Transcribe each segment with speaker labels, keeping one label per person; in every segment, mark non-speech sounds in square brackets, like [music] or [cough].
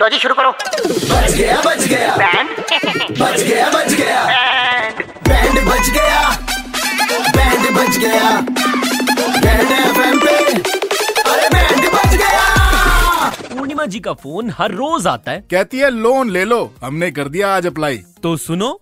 Speaker 1: लो जी शुरू करो
Speaker 2: बच गया बच गया
Speaker 1: [laughs] बैंड
Speaker 2: बच गया बच गया बैंड बच गया बैंड बच गया बैंड एफएम पे अरे बैंड बच गया
Speaker 3: पूर्णिमा जी का फोन हर रोज आता है
Speaker 4: कहती है लोन ले लो हमने कर दिया आज अप्लाई
Speaker 3: तो सुनो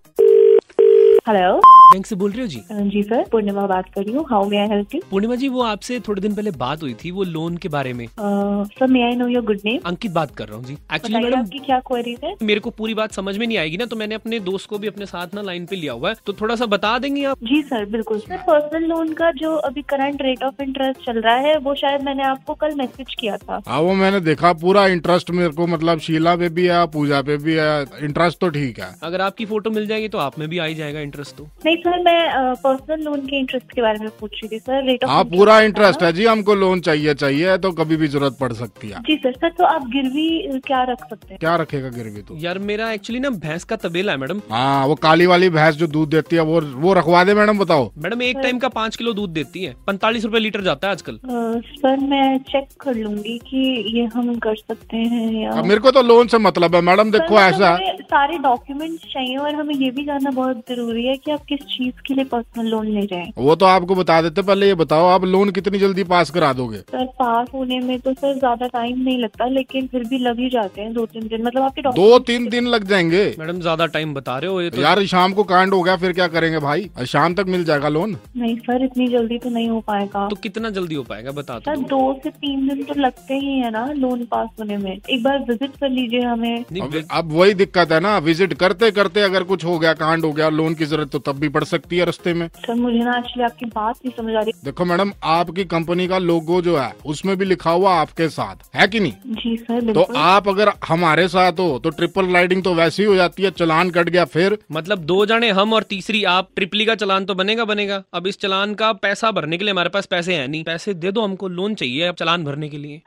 Speaker 5: हेलो
Speaker 3: बैंक से बोल रहे हो जी
Speaker 5: जी सर पूर्णिमा बात कर रही हूँ how may I help you
Speaker 3: Purnima ji वो आपसे थोड़े दिन पहले बात हुई थी वो लोन के बारे में
Speaker 5: sir may I know your good name
Speaker 3: Ankit बात कर रहा हूँ जी एक्चुअली
Speaker 5: बताइए
Speaker 3: मैडम
Speaker 5: आपकी क्या क्वेरीज है
Speaker 3: मेरे को पूरी बात समझ में नहीं आएगी ना तो मैंने अपने दोस्त को भी अपने साथ ना लाइन पे लिया हुआ है तो थोड़ा सा बता देंगे आप
Speaker 5: जी सर बिल्कुल सर पर्सनल लोन का जो अभी करंट रेट ऑफ इंटरेस्ट चल रहा है वो शायद मैंने आपको कल मैसेज किया था
Speaker 4: हाँ वो मैंने देखा पूरा इंटरेस्ट मेरे को मतलब शीला पे भी है पूजा पे भी है इंटरेस्ट तो ठीक है
Speaker 3: अगर आपकी फोटो मिल जाएगी तो आप में भी आ ही जाएगा इंटरेस्ट तो
Speaker 5: नहीं सर मैं पर्सनल लोन के इंटरेस्ट के बारे में पूछ रही थी सर रेट ऑफ
Speaker 4: हाँ पूरा इंटरेस्ट है जी हमको लोन चाहिए चाहिए तो कभी भी जरूरत पड़ सकती है
Speaker 5: जी सर सर तो आप गिरवी अ, क्या रख सकते हैं
Speaker 4: क्या रखेगा गिरवी तू
Speaker 3: यार मेरा एक्चुअली ना भैंस का तबेला है मैडम
Speaker 4: हाँ वो काली वाली भैंस जो दूध देती है वो वो रखवा दे मैडम बताओ
Speaker 3: मैडम एक टाइम का पाँच किलो दूध देती है पैंतालीस रूपए लीटर जाता है आजकल
Speaker 5: अ, सर Uh, मैं चेक कर लूंगी कि ये हम कर सकते हैं या
Speaker 4: अब मेरे को तो लोन से मतलब है मैडम
Speaker 5: सर,
Speaker 4: देखो
Speaker 5: मतलब
Speaker 4: ऐसा है
Speaker 5: हमें सारे डॉक्यूमेंट्स चाहिए और हमें ये भी जानना बहुत जरूरी है कि आप किस चीज के लिए पर्सनल लोन ले रहे हैं
Speaker 4: वो तो आपको बता देते पहले ये बताओ आप लोन कितनी जल्दी पास करा दोगे
Speaker 5: सर पास होने में तो सर ज्यादा टाइम नहीं लगता लेकिन फिर भी लग ही जाते हैं दो तीन दिन मतलब आपके
Speaker 4: दो
Speaker 5: documents-
Speaker 4: तीन दिन लग जाएंगे
Speaker 3: मैडम ज्यादा टाइम बता रहे हो ये तो
Speaker 4: यार शाम को कांड हो गया फिर क्या करेंगे भाई शाम तक मिल जाएगा लोन
Speaker 5: नहीं सर इतनी जल्दी तो नहीं हो पाएगा
Speaker 3: तो कितना जल्दी हो पाएगा बता तो।
Speaker 5: सर
Speaker 3: दो
Speaker 5: दो से तीन दिन तो लगते ही है ना लोन पास होने में एक बार विजिट कर लीजिए हमें
Speaker 3: नहीं,
Speaker 4: अब,
Speaker 3: बिल-
Speaker 4: अब वही दिक्कत है ना विजिट करते करते अगर कुछ हो गया कांड हो गया लोन की जरूरत तो तब भी पड़ सकती है रास्ते में
Speaker 5: सर मुझे ना एक्चुअली आपकी बात नहीं समझ आ रही
Speaker 4: देखो मैडम आपकी कंपनी का लोगो जो है उसमें भी लिखा हुआ आपके साथ है कि नहीं
Speaker 5: जी सर
Speaker 4: तो
Speaker 5: बिल्कुल [laughs]
Speaker 4: आप अगर हमारे साथ हो तो ट्रिपल राइडिंग तो वैसी ही हो जाती है चलान कट गया फिर
Speaker 3: मतलब दो जाने हम और तीसरी आप ट्रिपली का चलान तो बनेगा बनेगा अब इस चलान का पैसा भरने के लिए हमारे पास पैसे हैं नहीं पैसे दे दो हमको लोन चाहिए अब चलान भरने के लिए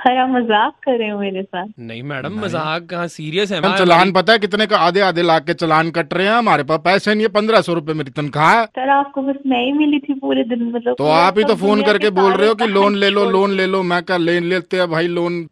Speaker 5: सर आप मजाक कर रहे हो मेरे साथ
Speaker 3: नहीं मैडम मजाक कहाँ सीरियस है
Speaker 4: मैम
Speaker 3: हमारा-
Speaker 4: चलान पता है कितने का आधे आधे लाख के चलान कट रहे हैं हमारे पास पैसे नहीं है पंद्रह सौ रूपये मेरी तनख्वाह है
Speaker 5: सर आपको बस मैं ही मिली थी पूरे दिन मतलब
Speaker 4: तो आप ही तो
Speaker 5: सब
Speaker 4: फोन
Speaker 5: दुनिया
Speaker 4: करके
Speaker 5: के
Speaker 4: बोल रहे हो कि
Speaker 5: सारे
Speaker 4: लोन ले लो
Speaker 5: काम
Speaker 4: लोन ले लो मैं क्या ले लेते हैं भाई लोन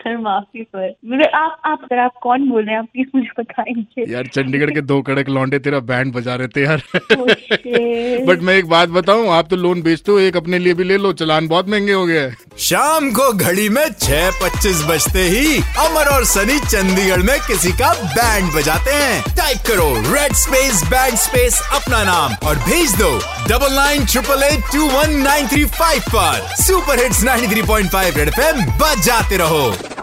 Speaker 5: सर माफी सर मेरे आप आप सर आप कौन बोल रहे हैं आप प्लीज मुझे बताएंगे
Speaker 4: यार चंडीगढ़ के दो कड़क लौंडे तेरा बैंड बजा रहे थे यार [laughs]
Speaker 5: Oh, shit.
Speaker 4: बट मैं एक बात बताऊं आप तो लोन बेचते हो एक अपने लिए भी ले लो चलान बहुत महंगे हो गए हैं
Speaker 6: शाम को घड़ी में छह पच्चीस बजते ही अमर और सनी चंडीगढ़ में किसी का बैंड बजाते हैं टाइप करो रेड स्पेस बैंड स्पेस अपना नाम और भेज दो double nine triple eight two one nine three five पर super hits 93.5 three point five red F बजाते रहो